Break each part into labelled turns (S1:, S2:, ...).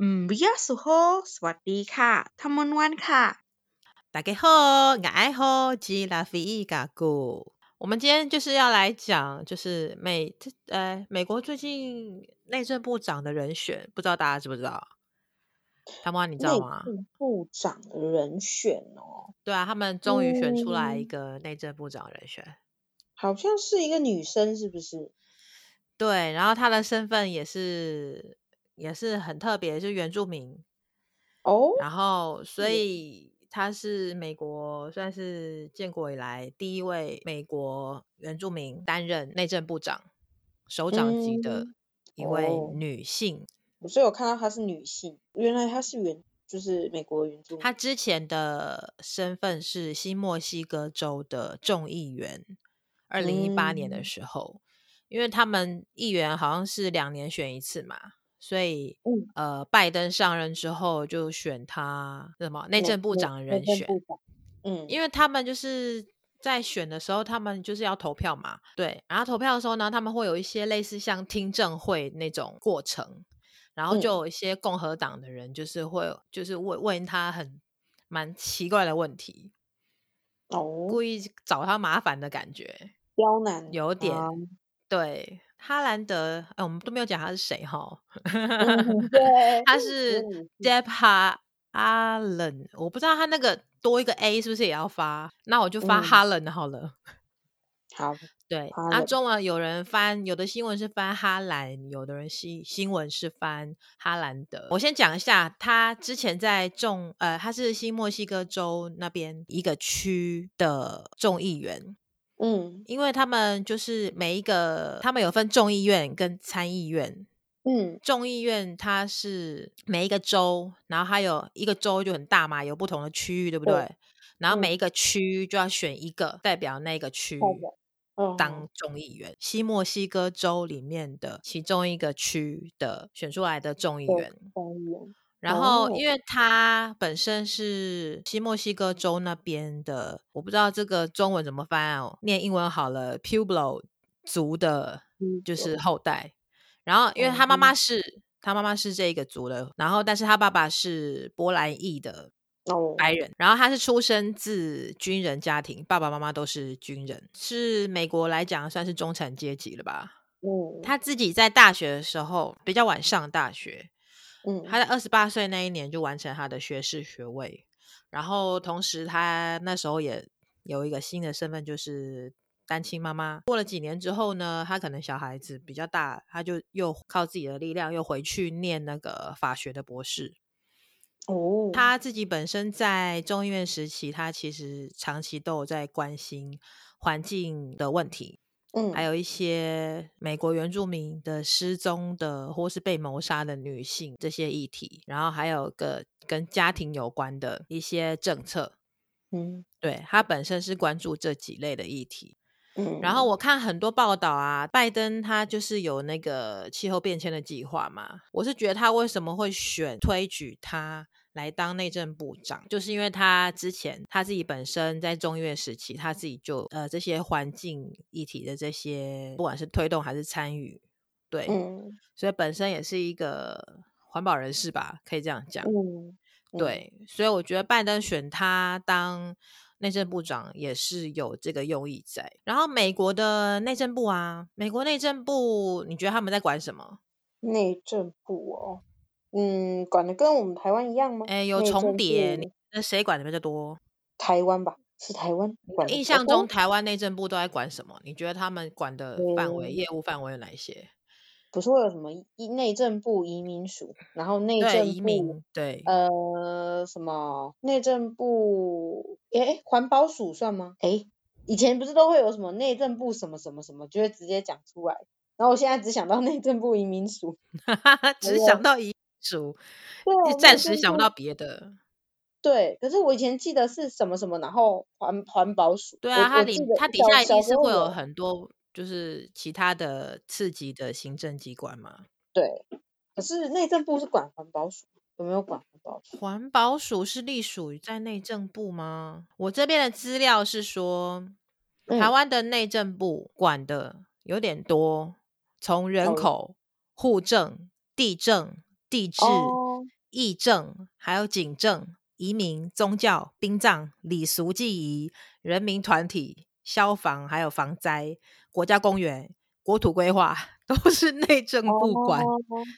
S1: อืมวิยาสุโฮสวัสดีค่ะทำมนวันค่ะ
S2: 大家好，我爱好吉拉菲伊嘎古。我们今天就是要来讲，就是美呃美国最近内政部长的人选，不知道大家知不知道？他妈，你知道
S1: 内
S2: 吗？
S1: 政部长的人选哦，
S2: 对啊，他们终于选出来一
S1: 嗯，
S2: 个内政部长人选。
S1: 好像是一个女生，是不是？
S2: 对，然后他的身份也是也是很特别，是原住民。
S1: 哦，
S2: 然后，所
S1: 是
S2: 以他是美国算是建国以来第一位美国原住民担任内政部长，首长级的
S1: 嗯，
S2: 一位
S1: 哦，
S2: 女性。
S1: 我是有看到她是女性，原来她是原，就是美国原住
S2: 她
S1: 民。
S2: 之前的身份是新墨西哥州的众议员，二零一八年的
S1: 嗯
S2: 时候，因为他们议员好像是两年选一次嘛，所以
S1: 嗯，
S2: 呃，拜登上任之后就选他什么内
S1: 内
S2: 政部
S1: 内
S2: 长的
S1: 内
S2: 人
S1: 政
S2: 选，
S1: 部长，嗯
S2: 因为他们就是在选的时候，他们就是要投票嘛，对。然后投票的时候呢，他们会有一些类似像听证会那种过程，然后就
S1: 嗯
S2: 有一些共和党的人就是会就是问问他很蛮奇怪的问题，
S1: 哦，
S2: 故意找他麻烦的感觉，
S1: 刁难
S2: 有
S1: 啊，
S2: 点对。哈兰德，哎，我们都没有讲他是谁哈，
S1: 嗯，对， 嗯
S2: 他
S1: 只有
S2: 是
S1: 女性，
S2: Debha Allen，我不知道他那个多一个 A 是不是也要发，那我就发
S1: 嗯，
S2: 哈伦好了。
S1: 好，
S2: 对，
S1: 好
S2: 那
S1: 了，
S2: 中文有人翻，有的新闻是翻哈兰，有的人新新闻是翻哈兰德。我先讲一下，他之前在众呃，他是新墨西哥州那边一个区的众议员，
S1: 嗯
S2: 因为他们就是每一个，他们有分众议院跟参议院。
S1: 嗯
S2: 众议院它是每一个州，然后还有一个州就很大嘛，有不同的区域，对不
S1: 对，
S2: 对？然后
S1: 嗯。
S2: 每一个区就要选一个代表那个
S1: 代
S2: 区
S1: 表，嗯
S2: 当众议员。西墨西哥州里面的其中一个区的选出来的众议
S1: 的
S2: 员，
S1: 官员
S2: 然后，
S1: 哦，
S2: 因为他本身是西墨西哥州那边的，我不知道这个中文怎么翻哦，念英文好了，Pueblo 族的，
S1: 嗯，
S2: 就是后代。然后，因为
S1: 哦，
S2: 他妈妈是他妈妈是这个族的，然后但是他爸爸是波兰裔的
S1: 哦，
S2: 白人，然后他是出生自军人家庭，爸爸妈妈都是军人，是美国来讲算是中产阶级了吧。
S1: 嗯
S2: 他自己在大学的时候比较晚上大学，他
S1: 嗯
S2: 在二十八岁那一年就完成他的学士学位，然后同时他那时候也有一个新的身份，就是单亲妈妈。过了几年之后呢，他可能小孩子比较大，他就又靠自己的力量又回去念那个法学的博士。
S1: 哦，
S2: 他自己本身在众议院时期，他其实长期都有在关心环境的问题，还
S1: 嗯
S2: 有一些美国原住民的失踪的或是被谋杀的女性这些议题，然后还有个跟家庭有关的一些政策。
S1: 嗯
S2: 对他本身是关注这几类的议题。然后
S1: 嗯
S2: 我看很多报道啊，拜登他就是有那个气候变迁的计划嘛。我是觉得他为什么会选推举他来当内政部长，就是因为他之前他自己本身在中越时期，他自己就呃这些环境议题的这些，不管是推动还是参与，对，
S1: 嗯
S2: 所以本身也是一个环保人士吧，可以这样讲。
S1: 嗯嗯，
S2: 对，所以我觉得拜登选他当内政部长也是有这个用意在。然后美国的内政部啊，美国内政部，你觉得他们在管什么？
S1: 内政部哦，嗯，管的跟我们台湾一样吗？
S2: 诶，有
S1: 内
S2: 重
S1: 政
S2: 叠，你
S1: 部
S2: 那谁管的比较多？
S1: 台湾吧，是台湾管的
S2: 印
S1: 比较
S2: 象中
S1: 多，
S2: 台湾内政部都在管什么？你觉得他们管的范围、
S1: 嗯，
S2: 业务范围有哪一些？
S1: 不是会有什么移内政部移民署，然后内
S2: 对，
S1: 政
S2: 移
S1: 部。
S2: 民，对，
S1: 呃，什么内政部？诶，环保署算吗？诶，以前不是都会有什么内政部什么什么什么，就会直接讲出来。然后我现在只想到内政部移民署，还
S2: 只
S1: 有
S2: 想到遗嘱，
S1: 对
S2: 就
S1: 哦，
S2: 暂
S1: 内
S2: 时
S1: 政
S2: 想不到
S1: 部
S2: 别的。
S1: 对。可是我以前记得是什么什么，然后环环保署，
S2: 对
S1: 我
S2: 啊，它
S1: 我记
S2: 里
S1: 得
S2: 它底
S1: 小
S2: 下一
S1: 小
S2: 定
S1: 时
S2: 是
S1: 候
S2: 会有
S1: 有
S2: 很多就是其他的次级的行政机关嘛。
S1: 对，可是内政部是管环保署，有没有管环保署？
S2: 环保署是隶属于在内政部吗？我这边的资料是说，台
S1: 嗯，
S2: 湾的内政部管的有点多，从人
S1: 哦
S2: 口、户政、地政、地质、
S1: 哦，
S2: 议政，还有警政、移民、宗教、殡葬、礼俗祭仪、人民团体、消防，还有防灾、国家公园、国土规划，都是内政部管，
S1: 哦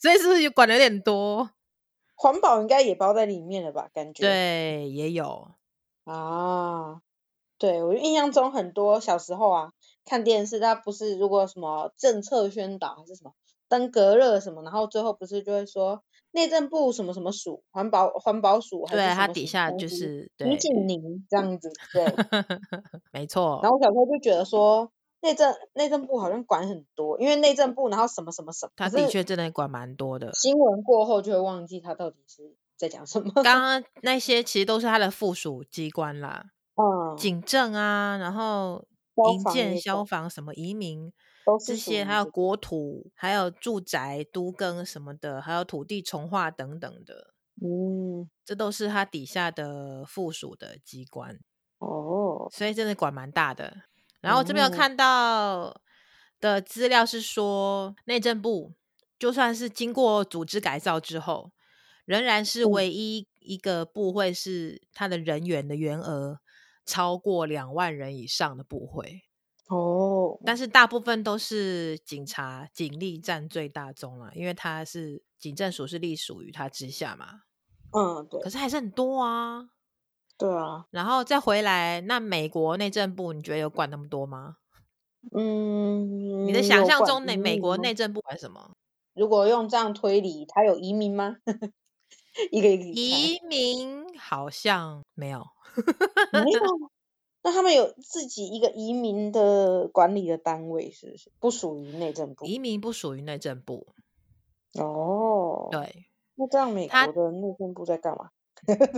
S2: 所以是不是管的有点多？
S1: 环保应该也包在里面了吧？感觉
S2: 对，也有。
S1: 啊，对我印象中很多小时候啊，看电视，它不是如果什么政策宣导还是什么登革热什么，然后最后不是就会说内政部什么什么署环保环保署还是
S2: 对，
S1: 什
S2: 它
S1: 么
S2: 底
S1: 署
S2: 下
S1: 东
S2: 就
S1: 西
S2: 是
S1: 李
S2: 对，
S1: 景宁这样子，对。
S2: 没错
S1: 然，后我小时候就觉得说内政内政部好像管很多，因为内政部然后什么什么什么，
S2: 它
S1: 可
S2: 的
S1: 是
S2: 确真的管蛮多 的。
S1: 新闻过后就会忘记他到底是在讲 什么。
S2: 刚刚那些其实都是它的附属机关啦，
S1: 嗯，
S2: 警政啊，然后
S1: 消
S2: 营
S1: 防
S2: 建、
S1: 也
S2: 消
S1: 管
S2: 防、什么移民
S1: 都
S2: 这
S1: 是属
S2: 些，
S1: 于
S2: 还有
S1: 这
S2: 国土，还有住宅、都更什么的，还有土地重划等等的，
S1: 嗯
S2: 这都是它底下的附属的机关。
S1: 哦
S2: 所以真的管蛮大的。然后这边有
S1: 哦
S2: 看到的资料是说，内政部就算是经过组织改造之后，仍然是
S1: 嗯
S2: 唯一一个部会是它的人员的员额超过两万人以上的部会，
S1: 哦，
S2: 但是大部分都是警察、警力占最大宗了，因为它是警政署是隶属于它之下嘛。
S1: 嗯对
S2: 可是还是很多啊。
S1: 对啊，
S2: 然后再回来，那美国内政部你觉得有管那么多吗？
S1: 嗯，
S2: 你的想
S1: 有
S2: 象
S1: 管
S2: 中，内
S1: 移
S2: 美
S1: 民
S2: 国
S1: 吗
S2: 内政部管什么？
S1: 如果用这样推理，他有移民吗？ 一个一个猜
S2: 移民好像没有，
S1: 没 有。那他们有自己一个移民的管理的单位，是不是不属于内政部？
S2: 移民不属于内政部。
S1: 哦，，
S2: 对，
S1: 那这样美
S2: 他
S1: 国的内政部在干嘛？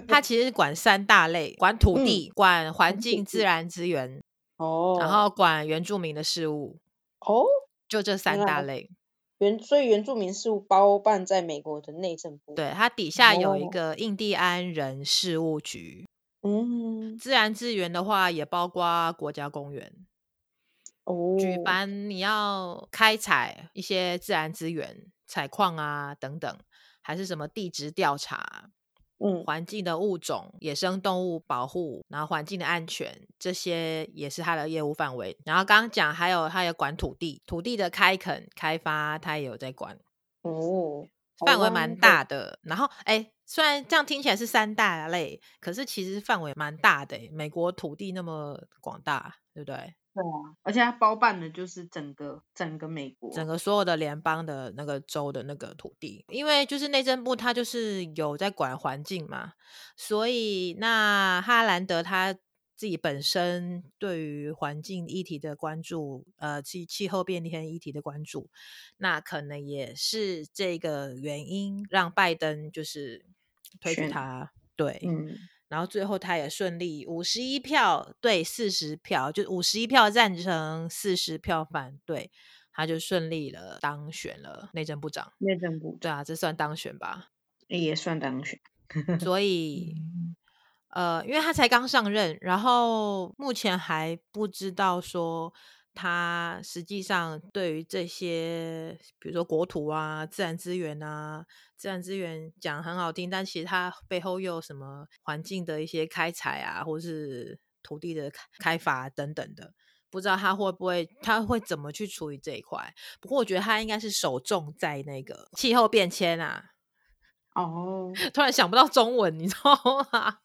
S2: 它其实是管三大类：管土
S1: 嗯
S2: 地、管环
S1: 管
S2: 境
S1: 土
S2: 自
S1: 地
S2: 然资源，
S1: 哦，
S2: 然后管原住民的事务，
S1: 哦，
S2: 就这三
S1: 来
S2: 大类。
S1: 原所以原住民事务包办在美国的内政部。，
S2: 对，它底下有一
S1: 哦
S2: 个印第安人事务局。
S1: 嗯，
S2: 自然资源的话，也包括国家公园。
S1: 哦，
S2: 举凡你要开采一些自然资源、采矿啊等等，还是什么地质调查、
S1: 嗯，
S2: 环境的物种、野生动物保护，然后环境的安全，这些也是它的业务范围。然后刚刚讲还有它也管土地，土地的开垦、开发，它也有在管，
S1: 哦，好
S2: 范围
S1: 像
S2: 蛮
S1: 有
S2: 大的。然后哎，虽然这样听起来是三大类，可是其实范围蛮大的诶。美国土地那么广大，对不对？
S1: 而且它包办的就是整个整个美国
S2: 整个所有的联邦的那个州的那个土地，因为就是内政部它就是有在管环境嘛，所以那哈兰德他自己本身对于环境议题的关注，呃气气候变迁议题的关注，那可能也是这个原因让拜登就是推举
S1: 选
S2: 他，对，
S1: 嗯，
S2: 然后最后他也顺利五十一票对四十票，就五十一票赞成，四十票反对，他就顺利了当选了内政部长。
S1: 内政部
S2: 对啊，这算当 选吧？
S1: 也算当选。
S2: 所以，呃，因为他才刚上任，然后目前还不知道说他实际上对于这些，比如说国土啊、自然资源啊、自然资源讲很好听，但其实它背后又有什么环境的一些开采啊，或是土地的开开发等等的。不知道他会不会，他会怎么去处理这一块？不过我觉得他应该是首重在那个气候变迁啊，
S1: 哦，
S2: 突然想不到中文，你知道吗？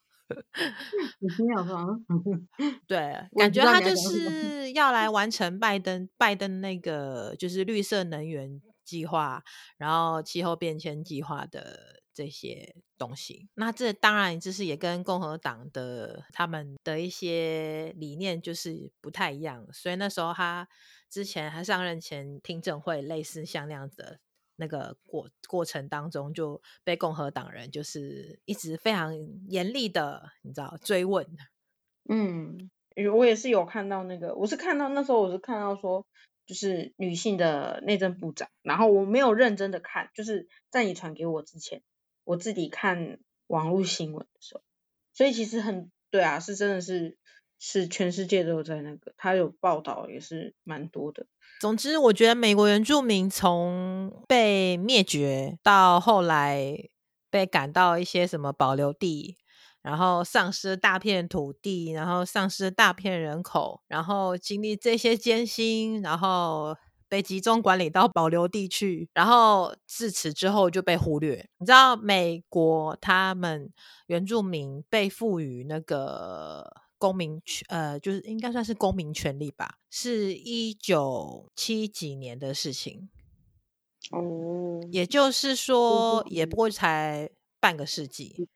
S1: 你听到说，嗯
S2: 对，
S1: 我
S2: 感
S1: 知
S2: 觉
S1: 道
S2: 他
S1: 你要
S2: 就
S1: 讲什么
S2: 是要来完成拜登拜登那个就是绿色能源计划，然后气候变迁计划的这些东西。那这当然就是也跟共和党的他们的一些理念就是不太一样，所以那时候他之前他上任前听证会类似像那样子的那个过过程当中，就被共和党人就是一直非常严厉的你知道追问。
S1: 嗯，有我也是有看到那个，我是看到那时候我是看到说，就是女性的内政部长，然后我没有认真的看，就是在你传给我之前，我自己看网络新闻的时候，所以其实很对啊，是真的是是全世界都有在那个，他有报道也是蛮多的，
S2: 总之，我觉得美国原住民从被灭绝到后来被赶到一些什么保留地，然后丧失大片土地，然后丧失大片人口，然后经历这些艰辛，然后被集中管理到保留地区，然后自此之后就被忽略。你知道美国他们原住民被赋予那个公民权，呃，就是应该算是公民权利吧，是一九七几年的事情。
S1: 哦，
S2: 也就是说，也
S1: 嗯
S2: 不过才半个世纪。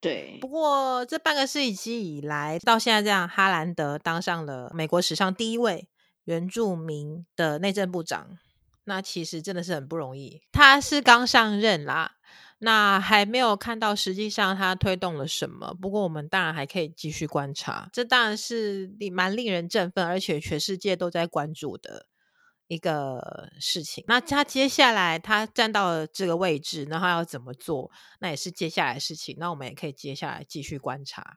S1: 对
S2: 不，过这半个世纪以来，到现在这样，哈兰德当上了美国史上第一位原住民的内政部长，那其实真的是很不容易。他是刚上任啦，那还没有看到实际上他推动了什么。不过我们当然还可以继续观察，这当然是令蛮令人振奋，而且全世界都在关注的。一个事情，那他接下来他站到了这个位置，然后要怎么做？那也是接下来的事情。那我们也可以接下来继续观察。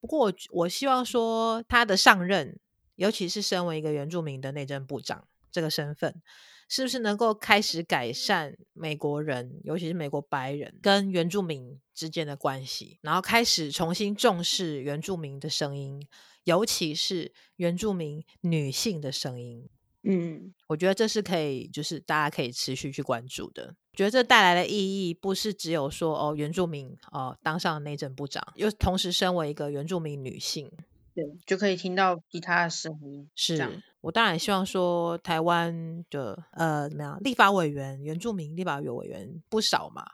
S2: 不过我我希望说，他的上任，尤其是身为一个原住民的内政部长这个身份，是不是能够开始改善美国人，尤其是美国白人跟原住民之间的关系，然后开始重新重视原住民的声音，尤其是原住民女性的声音。
S1: 嗯，
S2: 我觉得这是可以，就是大家可以持续去关注的。觉得这带来的意义不是只有说哦，原住民哦当上了内政部长，又同时身为一个原住民女性，
S1: 对，就可以听到其他的声音，这样
S2: 是我当然希望说台湾的呃怎么样，立法委员、原住民立法委员不少嘛，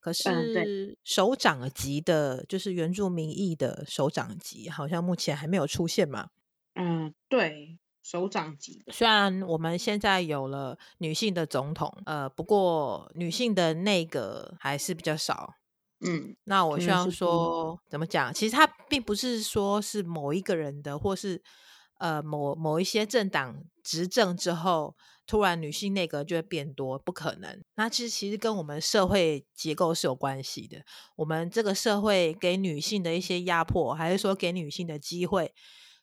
S2: 可
S1: 嗯对
S2: 是首长级的，就是原住民裔的首长级，好像目前还没有出现嘛。
S1: 嗯，对，首长级的，
S2: 虽然我们现在有了女性的总统，呃，不过女性的内阁还是比较少。
S1: 嗯，
S2: 那我
S1: 真
S2: 希
S1: 的
S2: 望
S1: 是真的
S2: 说，怎么讲？其实它并不是说是某一个人的，或是呃某某一些政党执政之后，突然女性内阁就会变多，不可能。那其实其实跟我们社会结构是有关系的。我们这个社会给女性的一些压迫，还是说给女性的机会，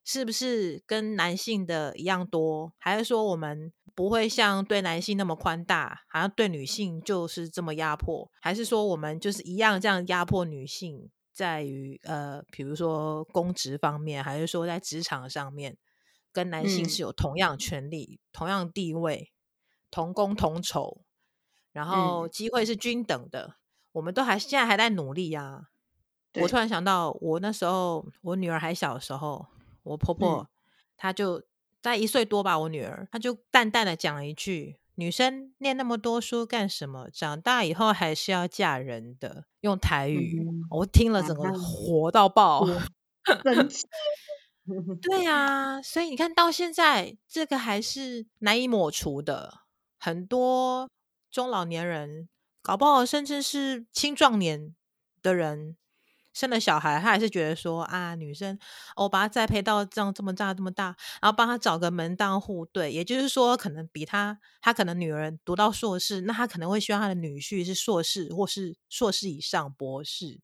S2: 是不是跟男性的一样多？还是说我们不会像对男性那么宽大，好像对女性就是这么压迫？还是说我们就是一样这样压迫女性，在于呃，比如说公职方面，还是说在职场上面，跟男性是
S1: 嗯
S2: 有同样权利、同样地位、同工同酬，然后
S1: 嗯
S2: 机会是均等的？我们都还现在还在努力啊。我
S1: 对
S2: 突然想到，我那时候我女儿还小的时候，
S1: 嗯
S2: 我婆婆、她就在一岁多吧，我女儿她就淡淡的讲了一句：“女生念那么多书干什么？长大以后还是要嫁人的。”用台语，
S1: 嗯
S2: 我听了
S1: 啊
S2: 整个火到爆。
S1: 生气，
S2: 对呀、所以你看到现在，这个还是难以抹除的。很多中老年人，搞不好甚至是青壮年的人，生了小孩，他还是觉得说啊，女生、哦我把她栽培到这样这么大这么大，然后帮她找个门当户对，也就是说，可能比他他可能女儿读到硕士，那他可能会希望他的女婿是硕士或是硕士以上博士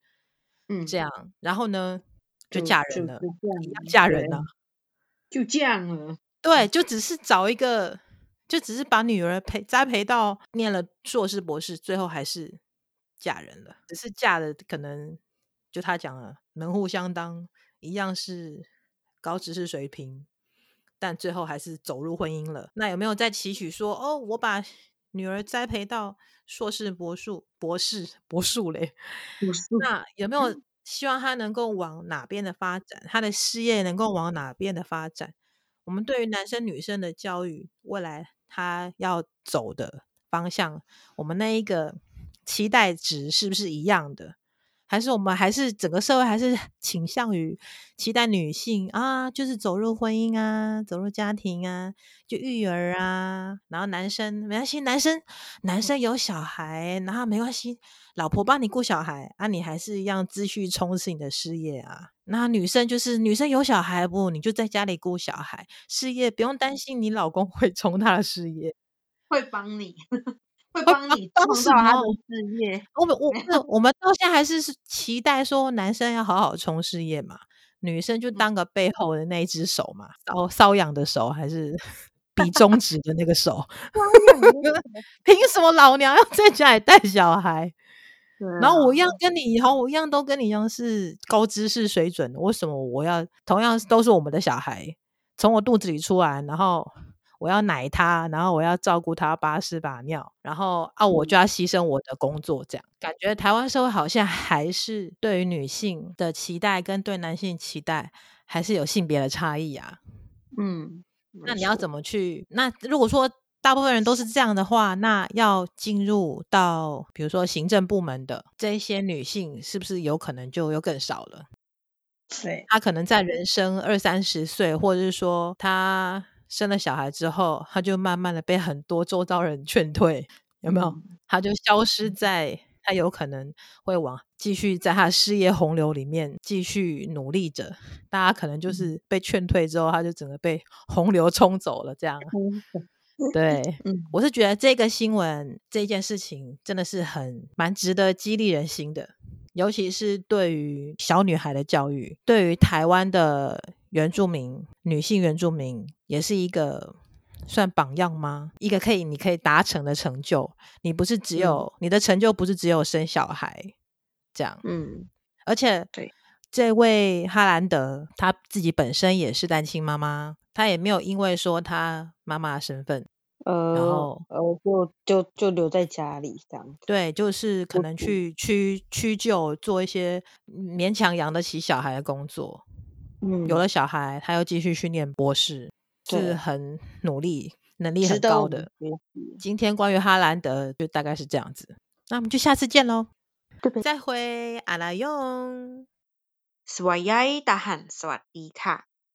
S1: 嗯，
S2: 这样，然后呢就
S1: 就
S2: 嫁
S1: 就
S2: 人了，
S1: 就这样
S2: 一样
S1: 了
S2: 嫁人
S1: 对
S2: 了。
S1: 就这样了，
S2: 对，就只是找一个，就只是把女儿培栽培到念了硕士博士，最后还是嫁人了。只是嫁的可能就他讲了，门户相当，一样是高知识水平，但最后还是走入婚姻了。那有没有在期许说，哦，我把女儿栽培到硕士博士博士博士嘞？
S1: 不是，
S2: 那有没有希望他能够往哪边的发展？他的事业能够往哪边的发展？我们对于男生女生的教育，未来他要走的方向，我们那一个期待值是不是一样的？还是我们还是整个社会还是 倾向于期待女性啊，就是走入婚姻啊，走入家庭啊，就育儿啊，然后男生没关系，男生男生有小孩，然后没关系，老婆帮你顾小孩啊，你还是一样继续充实你的事业啊。那女生就是女生有小孩不，你就在家里顾小孩，事业不用担心你老公会冲他的事业。
S1: 会帮你， 会
S2: 哦
S1: 帮你
S2: 帮
S1: 创
S2: 什
S1: 造他的
S2: 么
S1: 事 业，
S2: 我们我那我们到现在还是是期待说男生要好好冲事业嘛，女生就当个背后的那一只手嘛，搔搔痒的手还是 比中指的那个手。凭什么老娘要在家里带小孩？
S1: 对
S2: 然后
S1: 啊
S2: 我一样跟你一样，我一样都跟你一样是高知识水准的，为什么我要同样是都是我们的小孩，从我肚子里出来，然后我要奶他，然后我要照顾他把屎把尿，然后啊我
S1: 嗯
S2: 就要牺牲我的工作，这样感觉台湾社会好像还是对于女性的期待跟对男性期待还是有性别的差异啊。
S1: 嗯，
S2: 那你要怎么去？那如果说大部分人都是这样的话，那要进入到比如说行政部门的这一些女性，是不是有可能就又更少了？
S1: 对，
S2: 她可能在人生二三十岁，或者是说她生了小孩之后，她就慢慢的被很多周遭人劝退，有没有？
S1: 嗯
S2: 她就消失在。她有可能会往继续在她的事业洪流里面继续努力着，大家可能就
S1: 嗯
S2: 是被劝退之后，她就整个被洪流冲走了，这样。
S1: 嗯
S2: 对，
S1: 嗯
S2: 我是觉得这个新闻这件事情真的是很蛮值得激励人心的，尤其是对于小女孩的教育，对于台湾的原住民女性原住民也是一个。算榜样吗？一个可以你可以达成的成就，你不是只
S1: 嗯
S2: 有、你的成就不是只有生小孩这样，
S1: 嗯
S2: 而且
S1: 对
S2: 这位哈兰德他自己本身也是单亲妈妈，他也没有因为说他妈妈的身份
S1: 呃
S2: 后
S1: 呃，就就就留在家里这样子，
S2: 对，就是可
S1: 我
S2: 能
S1: 懂
S2: 去屈屈就做一些嗯勉强养得起小孩的工作。
S1: 嗯，
S2: 有了小孩，他又继续去念博士，是
S1: 对
S2: 很努力、能力
S1: 值
S2: 很
S1: 得
S2: 高
S1: 我们
S2: 的。
S1: 学习，
S2: 今天关于哈兰德就大概是这样子，那我们就下次见喽
S1: 对呗，
S2: 再会，阿拉用。
S1: สวัสดีทหารสวัสดีค่ะ